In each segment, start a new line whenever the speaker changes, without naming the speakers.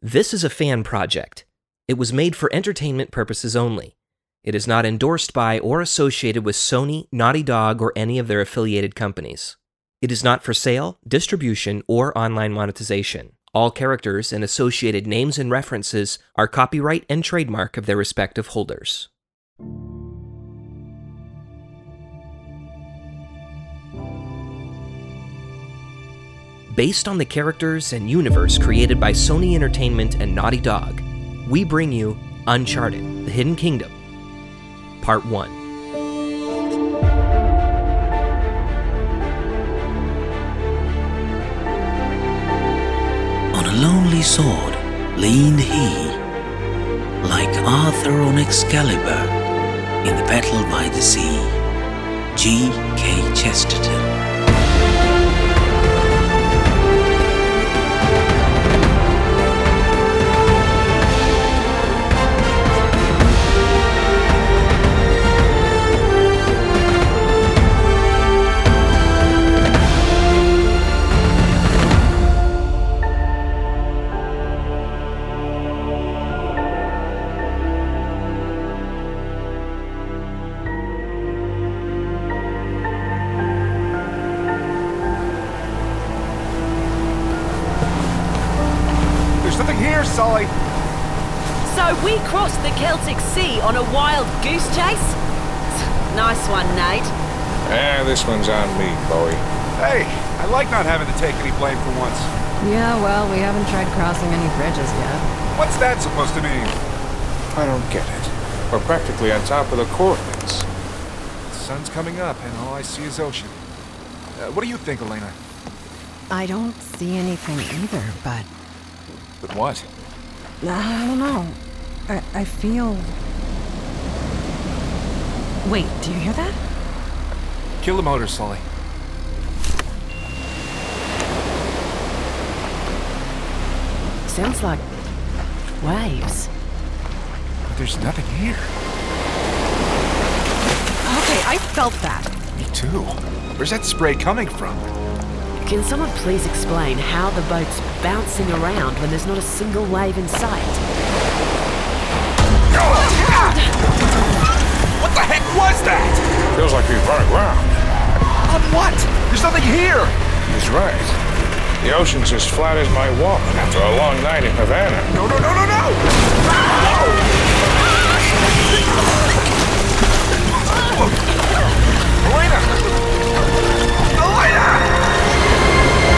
This is a fan project. It was made for entertainment purposes only. It is not endorsed by or associated with Sony, Naughty Dog, or any of their affiliated companies. It is not for sale, distribution, or online monetization. All characters and associated names and references are copyright and trademark of their respective holders. Based on the characters and universe created by Sony Entertainment and Naughty Dog, we bring you Uncharted The Hidden Kingdom, Part 1.
On a lonely sword leaned he, like Arthur on Excalibur in the battle by the sea. G. K. Chesterton.
There's nothing here, Sully.
So we crossed the Celtic Sea on a wild goose chase? Nice one, Nate.
Ah, this one's on me, Chloe.
Hey, I like not having to take any blame for once.
Yeah, well, we haven't tried crossing any bridges yet.
What's that supposed to mean?
I don't get it. We're practically on top of the coordinates.
The sun's coming up, and all I see is ocean. Uh, what do you think, Elena?
I don't see anything either, but
But what?
I don't know. I, I feel. Wait, do you hear that?
Kill the motor, Sully.
Sounds like waves.
But there's nothing here.
Okay, I felt that.
Me too. Where's that spray coming from?
Can someone please explain how the boat's bouncing around when there's not a single wave in sight?
What the heck was that?
Feels like we've run aground.
On what? There's nothing here.
He's right. The ocean's as flat as my wallet after a long night in Havana.
No, no, no, no, no! Elena! Elena!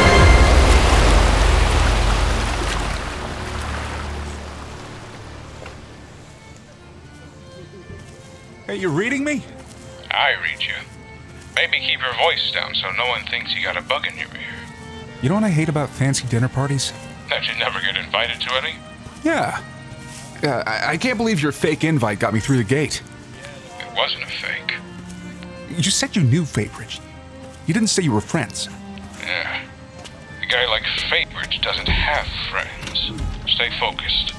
Hey, you reading me?
I read you. Maybe keep your voice down so no one thinks you got a bug in your ear.
You know what I hate about fancy dinner parties?
That you never get invited to any?
Yeah. Uh, I-, I can't believe your fake invite got me through the gate.
It wasn't a fake.
You said you knew Fabridge. You didn't say you were friends.
Yeah. A guy like Fabridge doesn't have friends. Stay focused.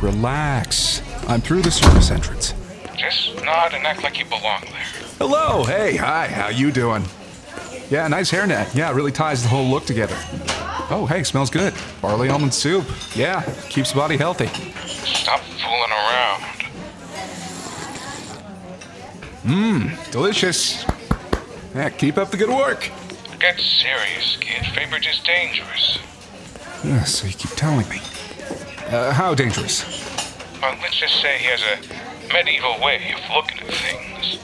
Relax. I'm through the service entrance.
Just nod and act like you belong there.
Hello. Hey. Hi. How you doing? Yeah, nice hairnet. Yeah, it really ties the whole look together. Oh, hey, smells good. Barley almond soup. Yeah, keeps the body healthy.
Stop fooling around.
Delicious. Yeah, keep up the good work.
Get serious, kid. Fabridge is dangerous.
Yeah, so you keep telling me. Uh, how dangerous?
Well, let's just say he has a medieval way of looking at things.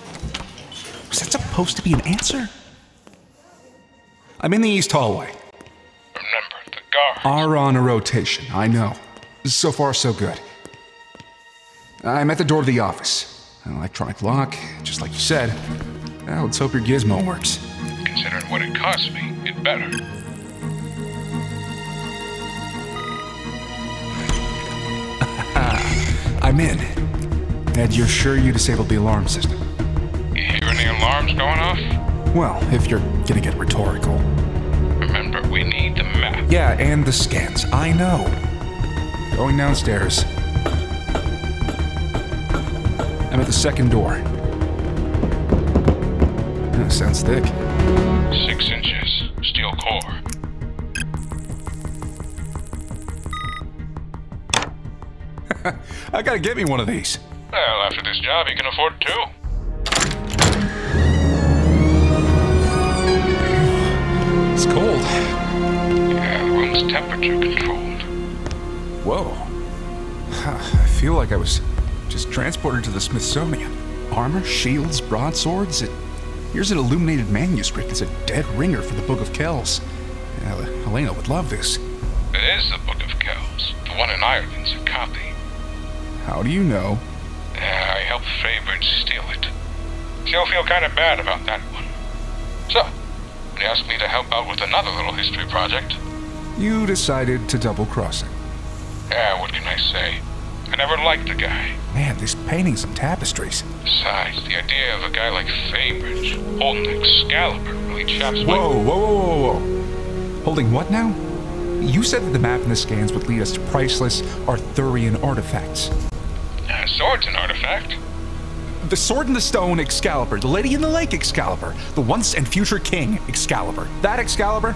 Was that supposed to be an answer? I'm in the east hallway.
Remember, the guard.
are on a rotation, I know. So far, so good. I'm at the door of the office. An electronic lock, just like you said. Now let's hope your gizmo works.
Considering what it cost me, it better.
I'm in. Ed, you're sure you disabled the alarm system?
You hear any alarms going off?
Well, if you're gonna get rhetorical.
Remember, we need the map.
Yeah, and the scans. I know. Going downstairs. I'm at the second door. Yeah, sounds thick.
Six inches, steel core.
I gotta get me one of these.
Well, after this job, you can afford two.
It's cold.
Yeah, the room's temperature controlled.
Whoa. I feel like I was just transported to the Smithsonian. Armor, shields, broadswords. It, here's an illuminated manuscript. It's a dead ringer for the Book of Kells. Yeah, Helena would love this.
It is the Book of Kells. The one in Ireland's a copy.
How do you know?
Yeah, I helped Faybird steal it. She'll feel kind of bad about that one. So, they asked me to help out with another little history project.
You decided to double cross him.
Yeah, what can I say? I never liked the guy.
Man, these paintings and tapestries.
Besides, the idea of a guy like Faybridge holding Excalibur really chaps my...
Whoa, whoa, whoa, whoa, whoa. Holding what now? You said that the map and the scans would lead us to priceless Arthurian artifacts.
Uh, sword's an artifact.
The sword and the stone Excalibur, the lady in the lake Excalibur, the once and future king Excalibur. That Excalibur?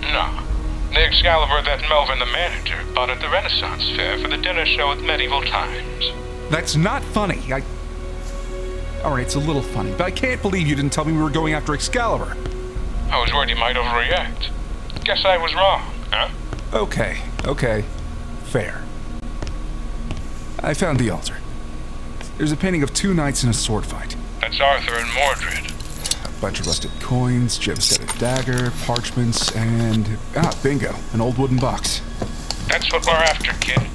No. The Excalibur that Melvin the manager bought at the Renaissance Fair for the dinner show at Medieval Times.
That's not funny. I. Alright, it's a little funny, but I can't believe you didn't tell me we were going after Excalibur.
I was worried you might overreact. Guess I was wrong, huh?
Okay, okay. Fair. I found the altar. There's a painting of two knights in a sword fight.
That's Arthur and Mordred.
A bunch of rusted coins, gemstone dagger, parchments, and. Ah, bingo, an old wooden box.
That's what we're after, kid.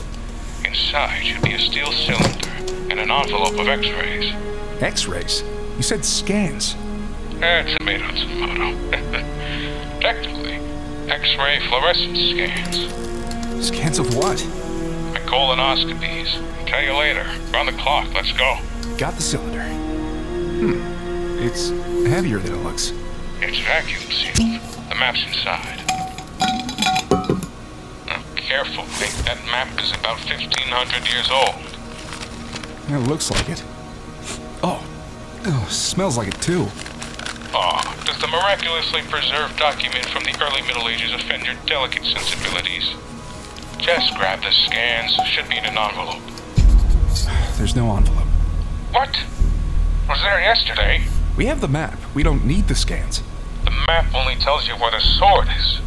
Inside should be a steel cylinder and an envelope of x-rays.
X rays? You said scans.
Eh, tomato, tomato. Technically, x-ray fluorescence scans.
Scans of what?
My colonoscopies. Tell you later. We're on the clock. Let's go.
Got the cylinder. Hmm. It's heavier than it looks.
It's vacuum sealed. The map's inside. Now, careful, Nick. That map is about 1,500 years old.
It looks like it. Oh. Oh, smells like it too.
Ah, does the miraculously preserved document from the early Middle Ages offend your delicate sensibilities? Just grab the scans. Should be in an envelope.
There's no envelope.
What? I was there yesterday.
We have the map. We don't need the scans.
The map only tells you where the sword is.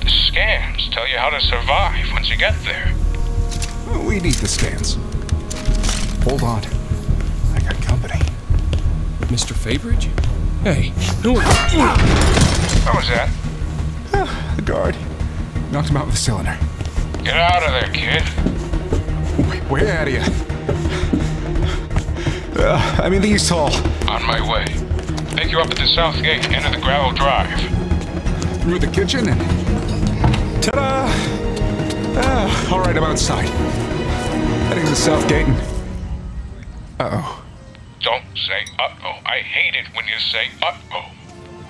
The scans tell you how to survive once you get there.
We need the scans. Hold on. I got company.
Mr. Fabridge? Hey, no one.
What was that?
Ah, The guard knocked him out with the cylinder.
Get out of there, kid.
Way, way out of you. Uh, I'm in the East Hall.
On my way. Pick you up at the south gate, end of the gravel drive.
Through the kitchen and. Ta da! Ah, all right, I'm outside. Heading to the south gate and. Uh oh.
Don't say uh-oh. I hate it when you say uh-oh.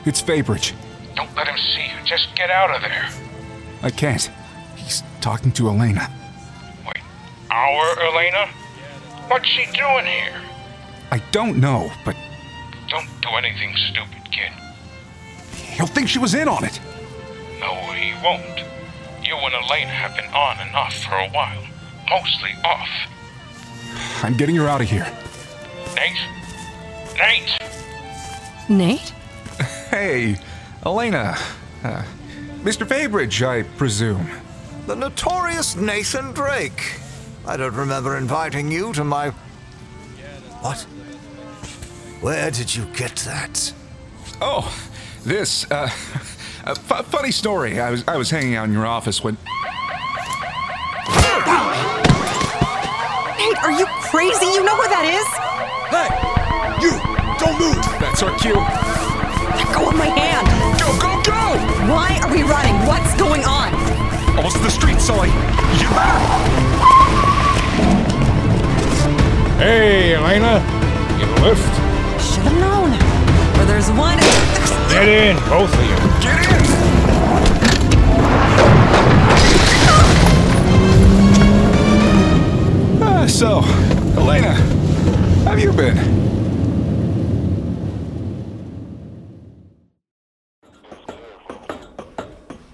It's Fabridge.
Don't let him see you. Just get out of there.
I can't. He's talking to Elena.
Wait, our Elena? What's she doing here?
I don't know, but
Don't do anything stupid, kid.
he'll think she was in on it.
No, he won't. You and Elena have been on and off for a while. Mostly off.
I'm getting her out of here.
Nate? Nate!
Nate?
Hey, Elena. Uh, Mr. Fabridge, I presume.
The notorious Nathan Drake. I don't remember inviting you to my. What? Where did you get that?
Oh, this uh, a f- funny story. I was I was hanging out in your office when
Nate, are you crazy? You know where that is?
Hey! You! Don't move!
that's our cue.
Let go of my hand.
Go go go!
Why are we running? What's going on?
Almost to the street, Sully. You better.
Hey, Elena! Get a lift?
Should have known. Where there's one.
Get in, both of you.
Ah, so, Elena, how have you been?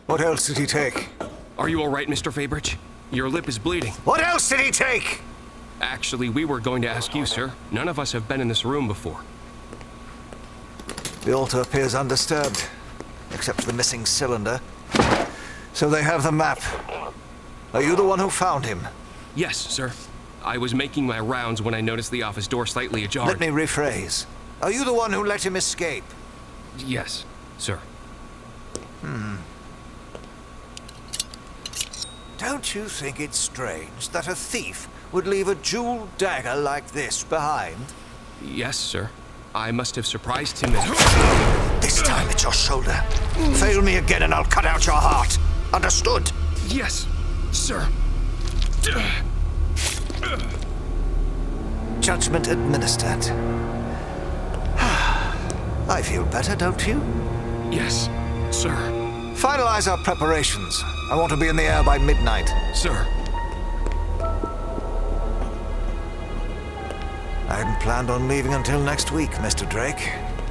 What else did he take?
Are you alright, Mr. Fabridge? Your lip is bleeding.
What else did he take?
Actually, we were going to ask you, sir. None of us have been in this room before.
The altar appears undisturbed, except for the missing cylinder. So they have the map. Are you the one who found him?
Yes, sir. I was making my rounds when I noticed the office door slightly ajar.
Let me rephrase. Are you the one who let him escape?
Yes, sir.
Hmm. Don't you think it's strange that a thief would leave a jeweled dagger like this behind?
Yes, sir. I must have surprised him.
And... This time it's your shoulder. Fail me again and I'll cut out your heart. Understood?
Yes, sir.
Judgment administered. I feel better, don't you?
Yes, sir.
Finalize our preparations. I want to be in the air by midnight.
Sir.
I hadn't planned on leaving until next week, Mr. Drake.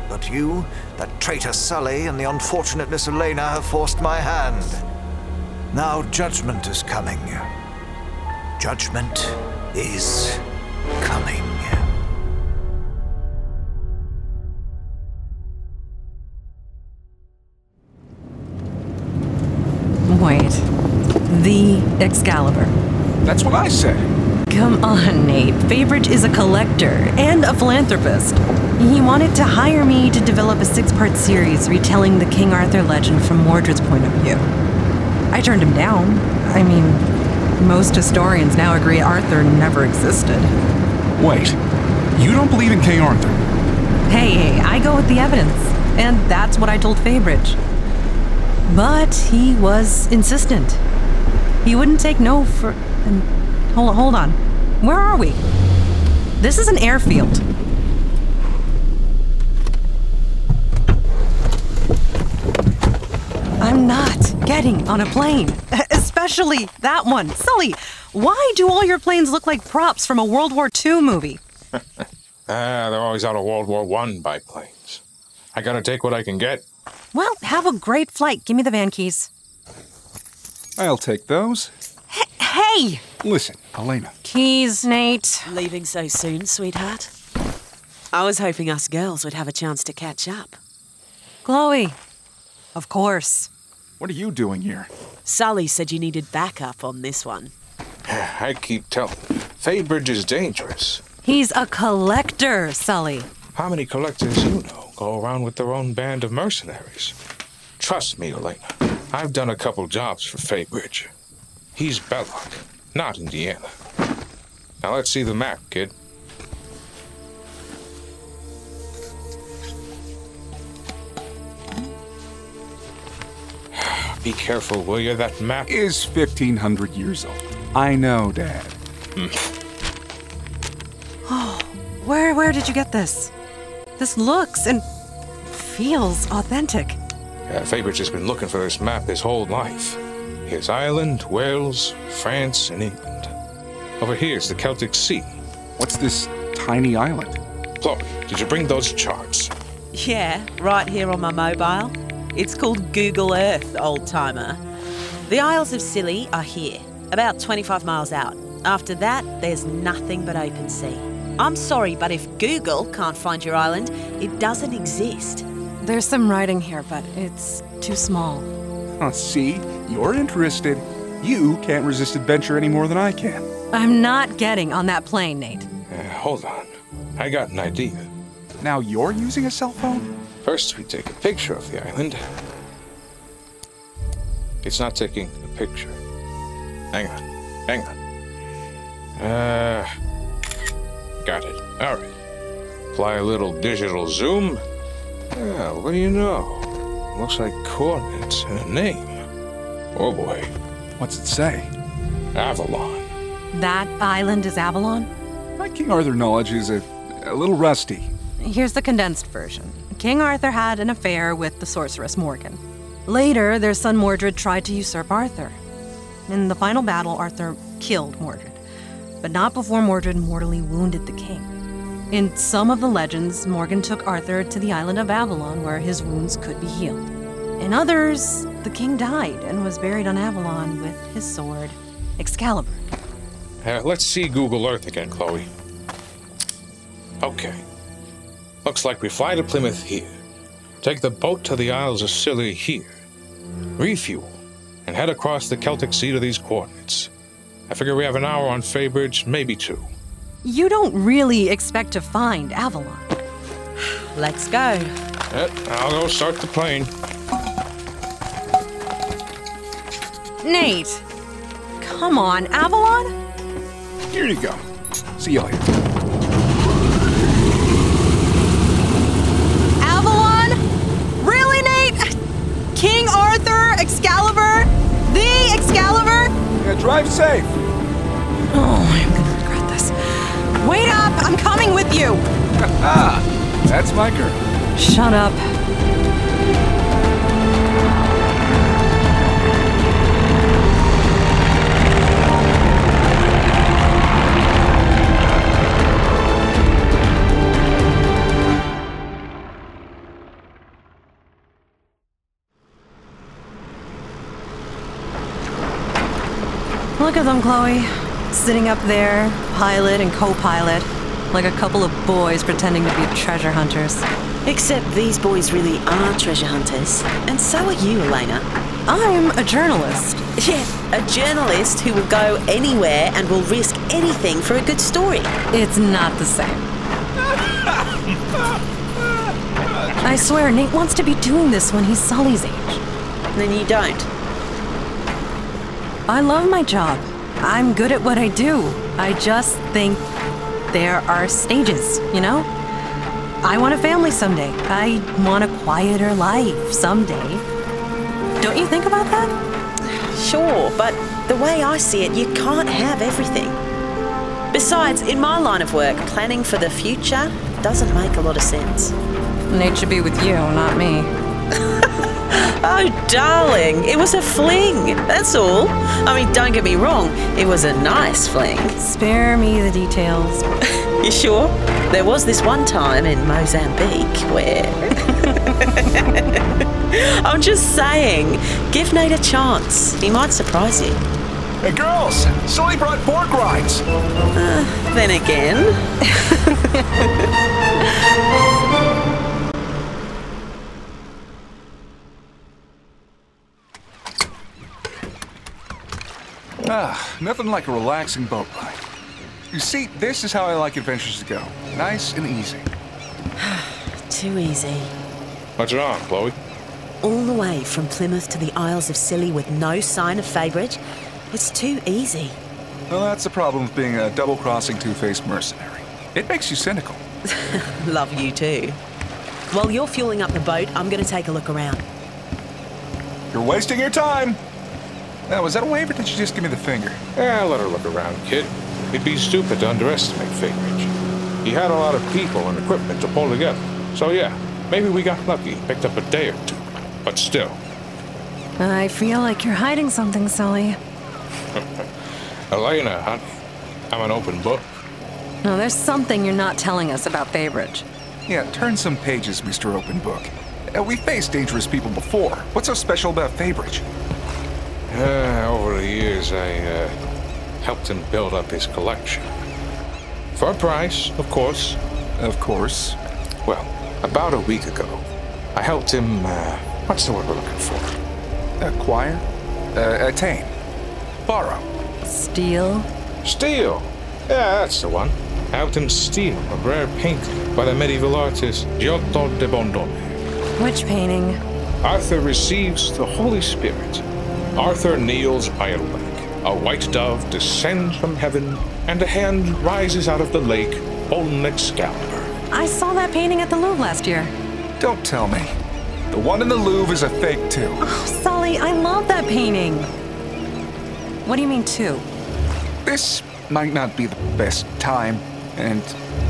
But you, that traitor Sully, and the unfortunate Miss Elena have forced my hand. Now judgment is coming. Judgment is coming.
Wait. The Excalibur.
That's what I say.
Come on, Nate. Fabridge is a collector and a philanthropist. He wanted to hire me to develop a six part series retelling the King Arthur legend from Mordred's point of view. I turned him down. I mean, most historians now agree Arthur never existed.
Wait, you don't believe in King Arthur?
Hey, hey, I go with the evidence. And that's what I told Fabridge. But he was insistent. He wouldn't take no for. And hold, hold on. Where are we? This is an airfield. I'm not getting on a plane, especially that one. Sully, why do all your planes look like props from a World War II movie?
ah, they're always out of World War One by planes. I gotta take what I can get.
Well, have a great flight. Give me the van keys.
I'll take those.
Hey!
Listen, Elena.
Keys, Nate.
Leaving so soon, sweetheart? I was hoping us girls would have a chance to catch up.
Chloe. Of course.
What are you doing here?
Sully said you needed backup on this one.
I keep telling you, Fadebridge is dangerous.
He's a collector, Sully.
How many collectors you know? go around with their own band of mercenaries. Trust me, Elena. I've done a couple jobs for Faybridge. He's Belloc, not Indiana. Now let's see the map, kid. Be careful, will you? That map
is 1500 years old. I know, Dad. Mm.
Oh, where where did you get this? This looks and feels authentic.
Uh, Fabridge has been looking for this map his whole life. Here's Ireland, Wales, France, and England. Over here's the Celtic Sea.
What's this tiny island?
Chloe, did you bring those charts?
Yeah, right here on my mobile. It's called Google Earth, old timer. The Isles of Scilly are here, about 25 miles out. After that, there's nothing but open sea. I'm sorry, but if Google can't find your island, it doesn't exist.
There's some writing here, but it's too small.
Oh, see, you're interested. You can't resist adventure any more than I can.
I'm not getting on that plane, Nate.
Uh, hold on. I got an idea.
Now you're using a cell phone?
First, we take a picture of the island. It's not taking a picture. Hang on. Hang on. Uh. Got it. All right. Apply a little digital zoom. Yeah, what do you know? Looks like coordinates and a name. Oh boy.
What's it say?
Avalon.
That island is Avalon?
My King Arthur knowledge is a, a little rusty.
Here's the condensed version King Arthur had an affair with the sorceress Morgan. Later, their son Mordred tried to usurp Arthur. In the final battle, Arthur killed Mordred but not before Mordred mortally wounded the king. In some of the legends, Morgan took Arthur to the island of Avalon where his wounds could be healed. In others, the king died and was buried on Avalon with his sword Excalibur.
Uh, let's see Google Earth again, Chloe. Okay. Looks like we fly to Plymouth here, take the boat to the Isles of Scilly here, refuel, and head across the Celtic Sea to these coordinates. I figure we have an hour on Feybridge, maybe two.
You don't really expect to find Avalon. Let's go.
Yep, Uh, I'll go start the plane.
Nate! Come on, Avalon?
Here you go. See you later.
Avalon? Really, Nate? King Arthur, Excalibur, the Excalibur?
Yeah, drive safe.
Oh, I'm gonna regret this. Wait up! I'm coming with you.
Ah, that's my girl.
Shut up. Look at them, Chloe. Sitting up there, pilot and co pilot, like a couple of boys pretending to be treasure hunters.
Except these boys really are treasure hunters. And so are you, Elena.
I'm a journalist.
Yeah, a journalist who will go anywhere and will risk anything for a good story.
It's not the same. I swear, Nate wants to be doing this when he's Sully's age.
Then you don't.
I love my job. I'm good at what I do. I just think there are stages, you know? I want a family someday. I want a quieter life someday. Don't you think about that?
Sure, but the way I see it, you can't have everything. Besides, in my line of work, planning for the future doesn't make a lot of sense.
Nate should be with you, not me.
Oh, darling, it was a fling, that's all. I mean, don't get me wrong, it was a nice fling.
Spare me the details.
You sure? There was this one time in Mozambique where. I'm just saying, give Nate a chance. He might surprise you.
Hey, girls, Sully brought pork rinds.
Uh, Then again,
Ah, nothing like a relaxing boat ride. You see, this is how I like adventures to go. Nice and easy.
too easy.
What's wrong, Chloe?
All the way from Plymouth to the Isles of Scilly with no sign of Feybridge, it's too easy.
Well, that's the problem with being a double-crossing, two-faced mercenary. It makes you cynical.
Love you too. While you're fueling up the boat, I'm going to take a look around.
You're wasting your time. Now, was that a wave or did you just give me the finger?
Yeah, let her look around, kid. It'd be stupid to underestimate Figridge. He had a lot of people and equipment to pull together. So yeah, maybe we got lucky, picked up a day or two. But still,
I feel like you're hiding something, Sully.
Elena, honey, I'm an open book.
No, there's something you're not telling us about Baybridge.
Yeah, turn some pages, Mr. Open Book. Uh, we faced dangerous people before. What's so special about Fabridge?
Uh, over the years, I uh, helped him build up his collection. For a price, of course.
Of course.
Well, about a week ago, I helped him. Uh, what's the word we're looking for?
Acquire? Uh, attain. Borrow.
Steel?
Steal! Yeah, that's the one. Helped him steal a rare painting by the medieval artist Giotto de Bondone.
Which painting?
Arthur receives the Holy Spirit. Arthur kneels by a lake. A white dove descends from heaven, and a hand rises out of the lake, holding Excalibur.
I saw that painting at the Louvre last year.
Don't tell me. The one in the Louvre is a fake, too.
Oh, Sully, I love that painting. What do you mean, two?
This might not be the best time, and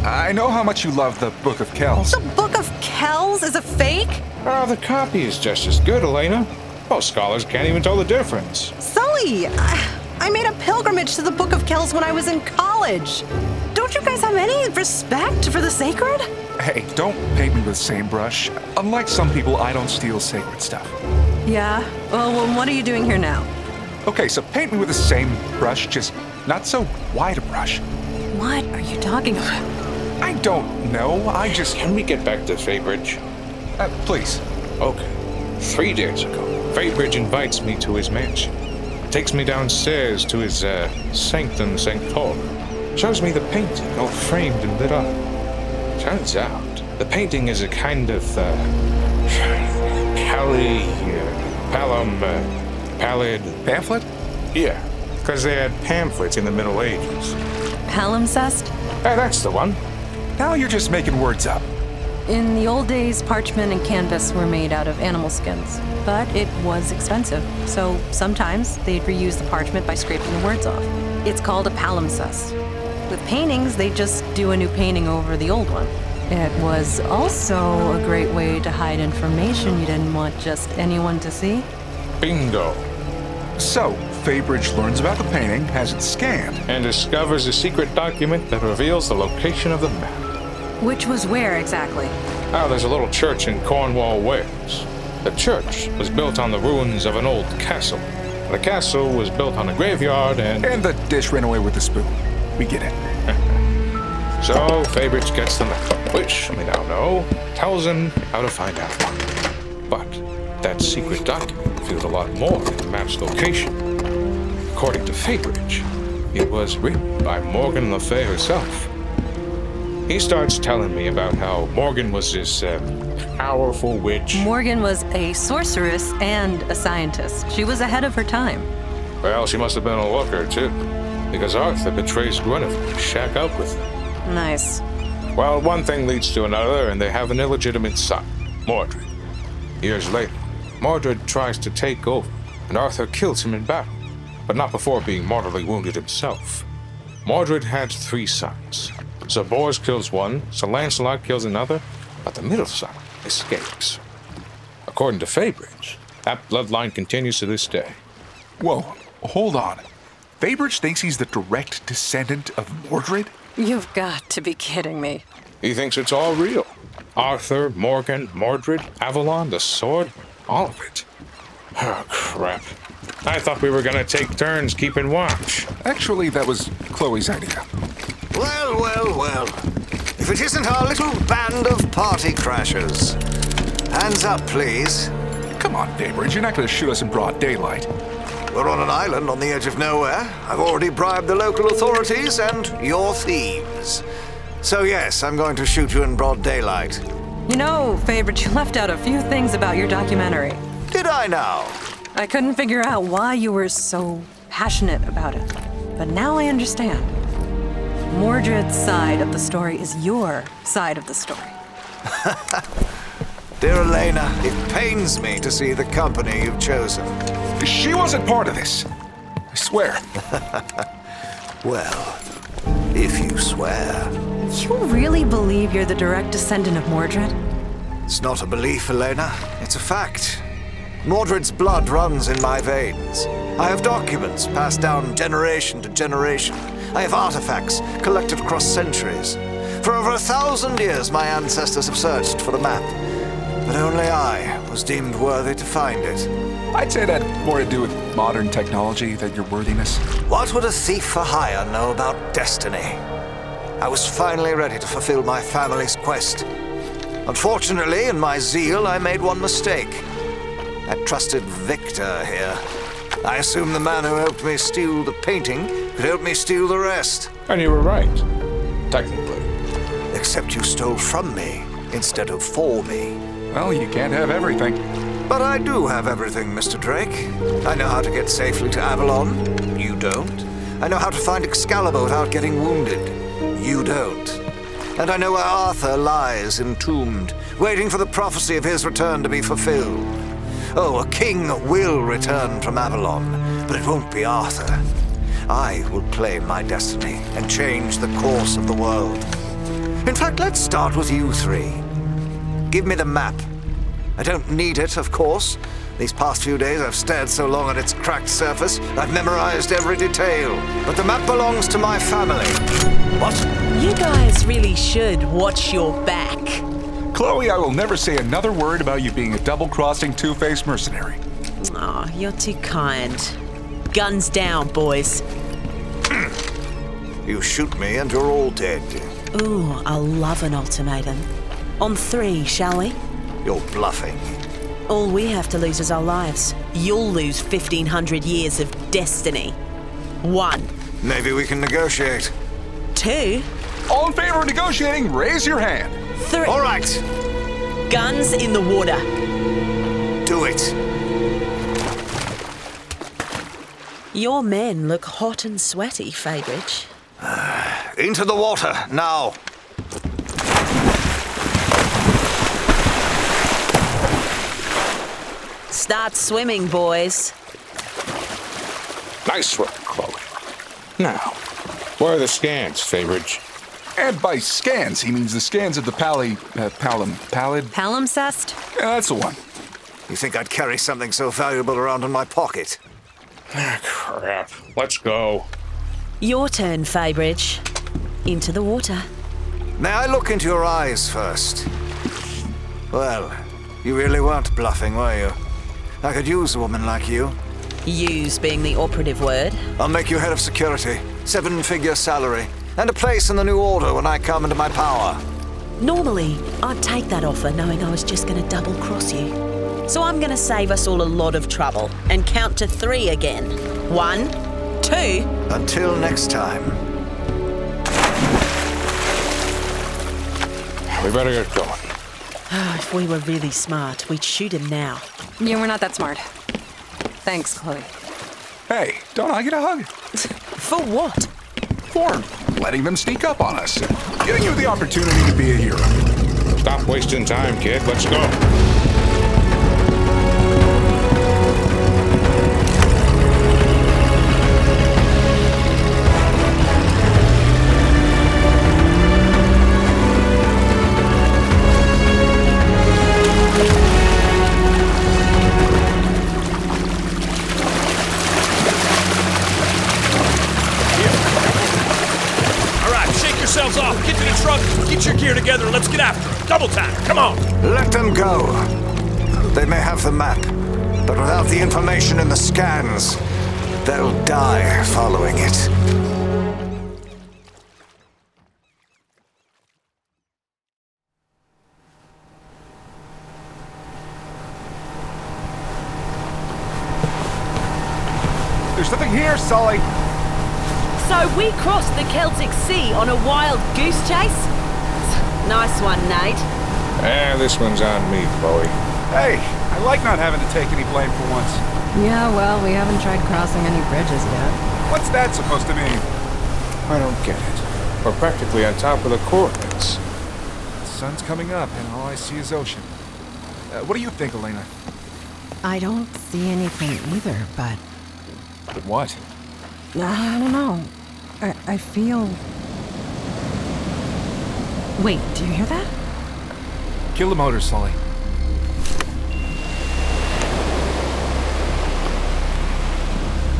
I know how much you love the Book of Kells.
The Book of Kells is a fake?
Ah, the copy is just as good, Elena. Most scholars can't even tell the difference.
Sully, I I made a pilgrimage to the Book of Kells when I was in college. Don't you guys have any respect for the sacred?
Hey, don't paint me with the same brush. Unlike some people, I don't steal sacred stuff.
Yeah. Well, well, what are you doing here now?
Okay, so paint me with the same brush, just not so wide a brush.
What are you talking about?
I don't know. I just.
Can we get back to Feybridge?
Uh, please.
Okay. Three days ago, Feybridge invites me to his mansion. Takes me downstairs to his uh, sanctum sanctorum. Shows me the painting, all framed and lit up. Turns out, the painting is a kind of uh, pally, uh, palum, uh, pallid
pamphlet.
Yeah, because they had pamphlets in the Middle Ages.
Palimpsest?
Hey, that's the one.
Now you're just making words up.
In the old days, parchment and canvas were made out of animal skins, but it was expensive, so sometimes they'd reuse the parchment by scraping the words off. It's called a palimpsest. With paintings, they just do a new painting over the old one. It was also a great way to hide information you didn't want just anyone to see.
Bingo.
So, Feybridge learns about the painting, has it scanned.
And discovers a secret document that reveals the location of the map.
Which was where exactly?
Oh, there's a little church in Cornwall, Wales. The church was built on the ruins of an old castle. The castle was built on a graveyard and.
And the dish ran away with the spoon. We get it.
So Fabridge gets the map, which we now know tells him how to find out why. But that secret document revealed a lot more than the map's location. According to Fabridge, it was written by Morgan Le Fay herself. He starts telling me about how Morgan was this uh, powerful witch.
Morgan was a sorceress and a scientist. She was ahead of her time.
Well, she must have been a looker, too, because Arthur betrays Guinevere to shack up with him.
Nice.
Well, one thing leads to another, and they have an illegitimate son, Mordred. Years later, Mordred tries to take over, and Arthur kills him in battle, but not before being mortally wounded himself. Mordred had three sons. Sir Bors kills one, Sir Lancelot kills another, but the middle son escapes. According to Fabridge, that bloodline continues to this day.
Whoa, hold on. Fabridge thinks he's the direct descendant of Mordred?
You've got to be kidding me.
He thinks it's all real. Arthur, Morgan, Mordred, Avalon, the sword, all of it. Oh, crap. I thought we were gonna take turns keeping watch.
Actually, that was Chloe's idea.
Well, well, well. If it isn't our little band of party crashers. Hands up, please.
Come on, Daybridge, you're not going to shoot us in broad daylight.
We're on an island on the edge of nowhere. I've already bribed the local authorities, and you're thieves. So, yes, I'm going to shoot you in broad daylight.
You know, Favorite, you left out a few things about your documentary.
Did I now?
I couldn't figure out why you were so passionate about it, but now I understand. Mordred's side of the story is your side of the story.
Dear Elena, it pains me to see the company you've chosen.
She wasn't part of this. I swear.
well, if you swear.
You really believe you're the direct descendant of Mordred?
It's not a belief, Elena. It's a fact. Mordred's blood runs in my veins. I have documents passed down generation to generation. I have artifacts collected across centuries. For over a thousand years, my ancestors have searched for the map, but only I was deemed worthy to find it.
I'd say that had more to do with modern technology than your worthiness.
What would a thief for hire know about destiny? I was finally ready to fulfill my family's quest. Unfortunately, in my zeal, I made one mistake. I trusted Victor here. I assumed the man who helped me steal the painting could help me steal the rest.
And you were right, technically.
Except you stole from me instead of for me.
Well, you can't have everything.
But I do have everything, Mr. Drake. I know how to get safely to Avalon. You don't. I know how to find Excalibur without getting wounded. You don't. And I know where Arthur lies entombed, waiting for the prophecy of his return to be fulfilled. Oh, a king will return from Avalon, but it won't be Arthur. I will claim my destiny and change the course of the world. In fact, let's start with you three. Give me the map. I don't need it, of course. These past few days I've stared so long at its cracked surface, I've memorized every detail. But the map belongs to my family. What?
You guys really should watch your back.
Chloe, I will never say another word about you being a double crossing, two faced mercenary.
Aw, you're too kind. Guns down, boys.
You shoot me and you're all dead.
Ooh, I love an ultimatum. On three, shall we?
You're bluffing.
All we have to lose is our lives. You'll lose 1500 years of destiny. One.
Maybe we can negotiate.
Two.
All in favor of negotiating, raise your hand.
Three.
All right.
Guns in the water.
Do it.
Your men look hot and sweaty, Fabridge.
Into the water, now.
Start swimming, boys.
Nice work, Chloe. Now, where are the scans, Fabridge?
And by scans, he means the scans of the pally. Uh, palum. pallid.
Palimpsest?
Yeah, that's the one.
You think I'd carry something so valuable around in my pocket?
Crap. Let's go.
Your turn, Fabridge. Into the water.
May I look into your eyes first? Well, you really weren't bluffing, were you? I could use a woman like you.
Use being the operative word.
I'll make you head of security, seven figure salary, and a place in the new order when I come into my power.
Normally, I'd take that offer knowing I was just going to double cross you.
So I'm going to save us all a lot of trouble and count to three again. One, two.
Until next time.
We better get going.
if we were really smart, we'd shoot him now.
Yeah, we're not that smart. Thanks, Chloe.
Hey, don't I get a hug?
For what?
For letting them sneak up on us. Giving you the opportunity to be a hero.
Stop wasting time, kid. Let's go.
All right, shake yourselves off. Get to the truck. Get your gear together. and Let's get after it. Double time. Come on.
Let them go. They may have the map, but without the information in the scans, they'll die following it.
There's nothing here, Sully.
So we crossed the Celtic Sea on a wild goose chase? Nice one, Nate.
Ah, this one's on me, Chloe.
Hey, I like not having to take any blame for once.
Yeah, well, we haven't tried crossing any bridges yet.
What's that supposed to mean? I don't get it.
We're practically on top of the coordinates.
The sun's coming up, and all I see is ocean. Uh, what do you think, Elena?
I don't see anything either, but
What?
I don't know. I, I feel. Wait, do you hear that?
Kill the motor, Sully.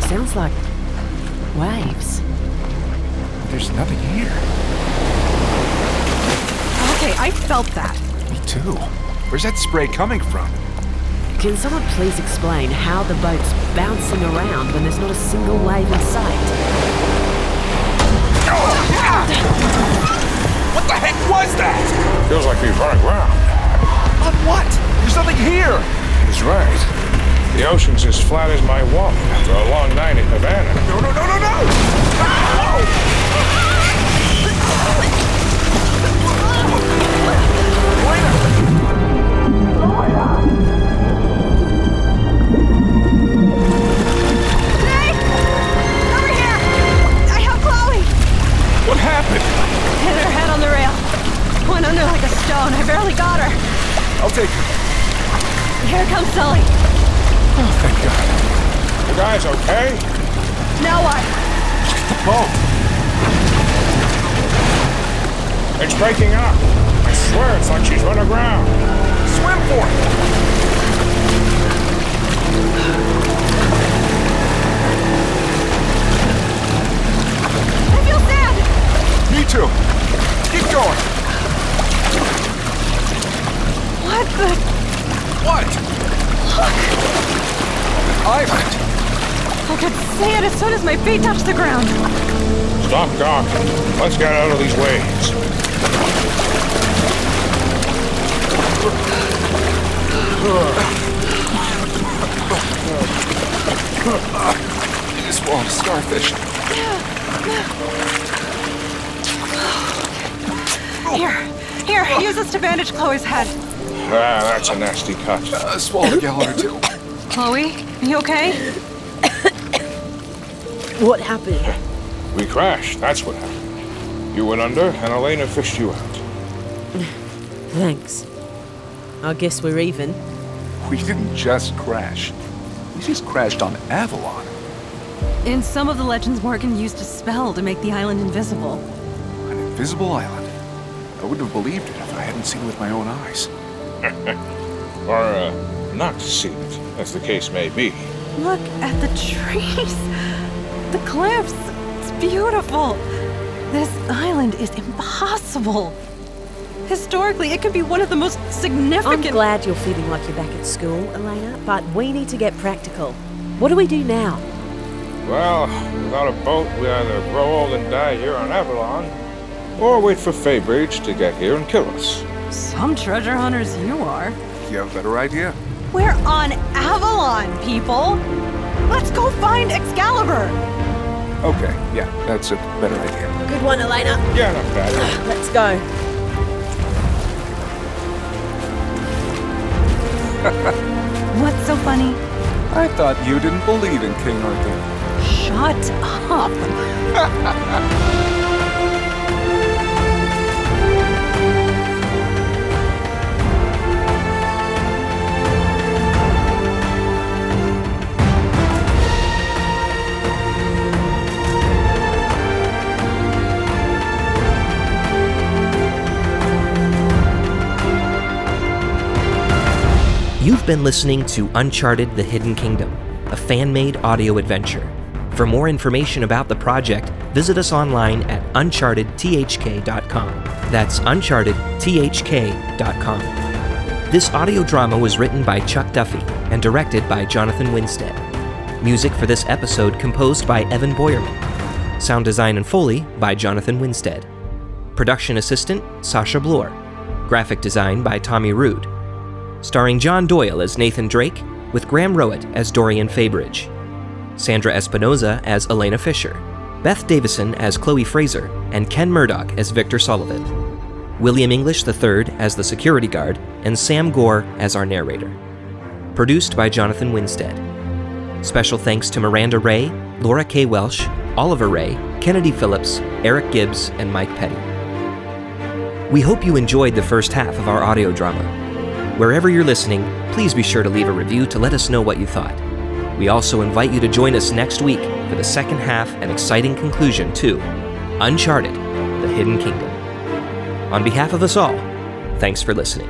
Sounds like waves.
There's nothing here.
Okay, I felt that.
Me too. Where's that spray coming from?
Can someone please explain how the boat's bouncing around when there's not a single wave in sight?
What the heck was that?
Feels like we've run aground.
On what? There's nothing here.
He's right. The ocean's as flat as my wallet after a long night in Havana.
No, no, no, no, Ah, no!
Nate! Over here! I have Chloe!
What happened?
Hit her head on the rail. Went under like a stone. I barely got her.
I'll take her.
Here comes Sully.
Thank God.
You guys okay?
Now what?
Oh,
It's breaking up. I swear it's like she's run aground.
swim for it.
I feel sad!
Me too. Keep going.
What the?
What? Look. An island.
I could see it as soon as my feet touched the ground.
Stop talking. Let's get out of these waves.
You swallowed a starfish.
Here, here, use this to bandage Chloe's head.
Ah, that's a nasty cut.
I uh, swallowed a gallon or two.
Chloe, you okay?
What happened?
We crashed. That's what happened. You went under, and Elena fished you out.
Thanks. I guess we're even.
We didn't just crash. We just crashed on Avalon.
In some of the legends, Morgan used a spell to make the island invisible.
An invisible island. I wouldn't have believed it if I hadn't seen it with my own eyes.
or uh, not seen it, as the case may be.
Look at the trees, the cliffs. It's beautiful. This island is impossible. Historically, it could be one of the most significant.
I'm glad you're feeling like you're back at school, Elena, but we need to get practical. What do we do now?
Well, without a boat, we either grow old and die here on Avalon, or wait for Feybrage to get here and kill us.
Some treasure hunters you are.
You have a better idea?
We're on Avalon, people. Let's go find Excalibur.
Okay, yeah, that's a better idea.
Good one, Elena.
Yeah, not bad.
Let's go.
What's so funny?
I thought you didn't believe in King Arthur.
Shut up.
You've been listening to Uncharted The Hidden Kingdom, a fan made audio adventure. For more information about the project, visit us online at unchartedthk.com. That's unchartedthk.com. This audio drama was written by Chuck Duffy and directed by Jonathan Winstead. Music for this episode composed by Evan Boyerman. Sound design and Foley by Jonathan Winstead. Production assistant Sasha Bloor. Graphic design by Tommy Rude starring John Doyle as Nathan Drake, with Graham Rowett as Dorian Fabridge, Sandra Espinoza as Elena Fisher, Beth Davison as Chloe Fraser, and Ken Murdoch as Victor Sullivan, William English III as the security guard, and Sam Gore as our narrator. Produced by Jonathan Winstead. Special thanks to Miranda Ray, Laura K. Welsh, Oliver Ray, Kennedy Phillips, Eric Gibbs, and Mike Petty. We hope you enjoyed the first half of our audio drama. Wherever you're listening, please be sure to leave a review to let us know what you thought. We also invite you to join us next week for the second half and exciting conclusion to Uncharted The Hidden Kingdom. On behalf of us all, thanks for listening.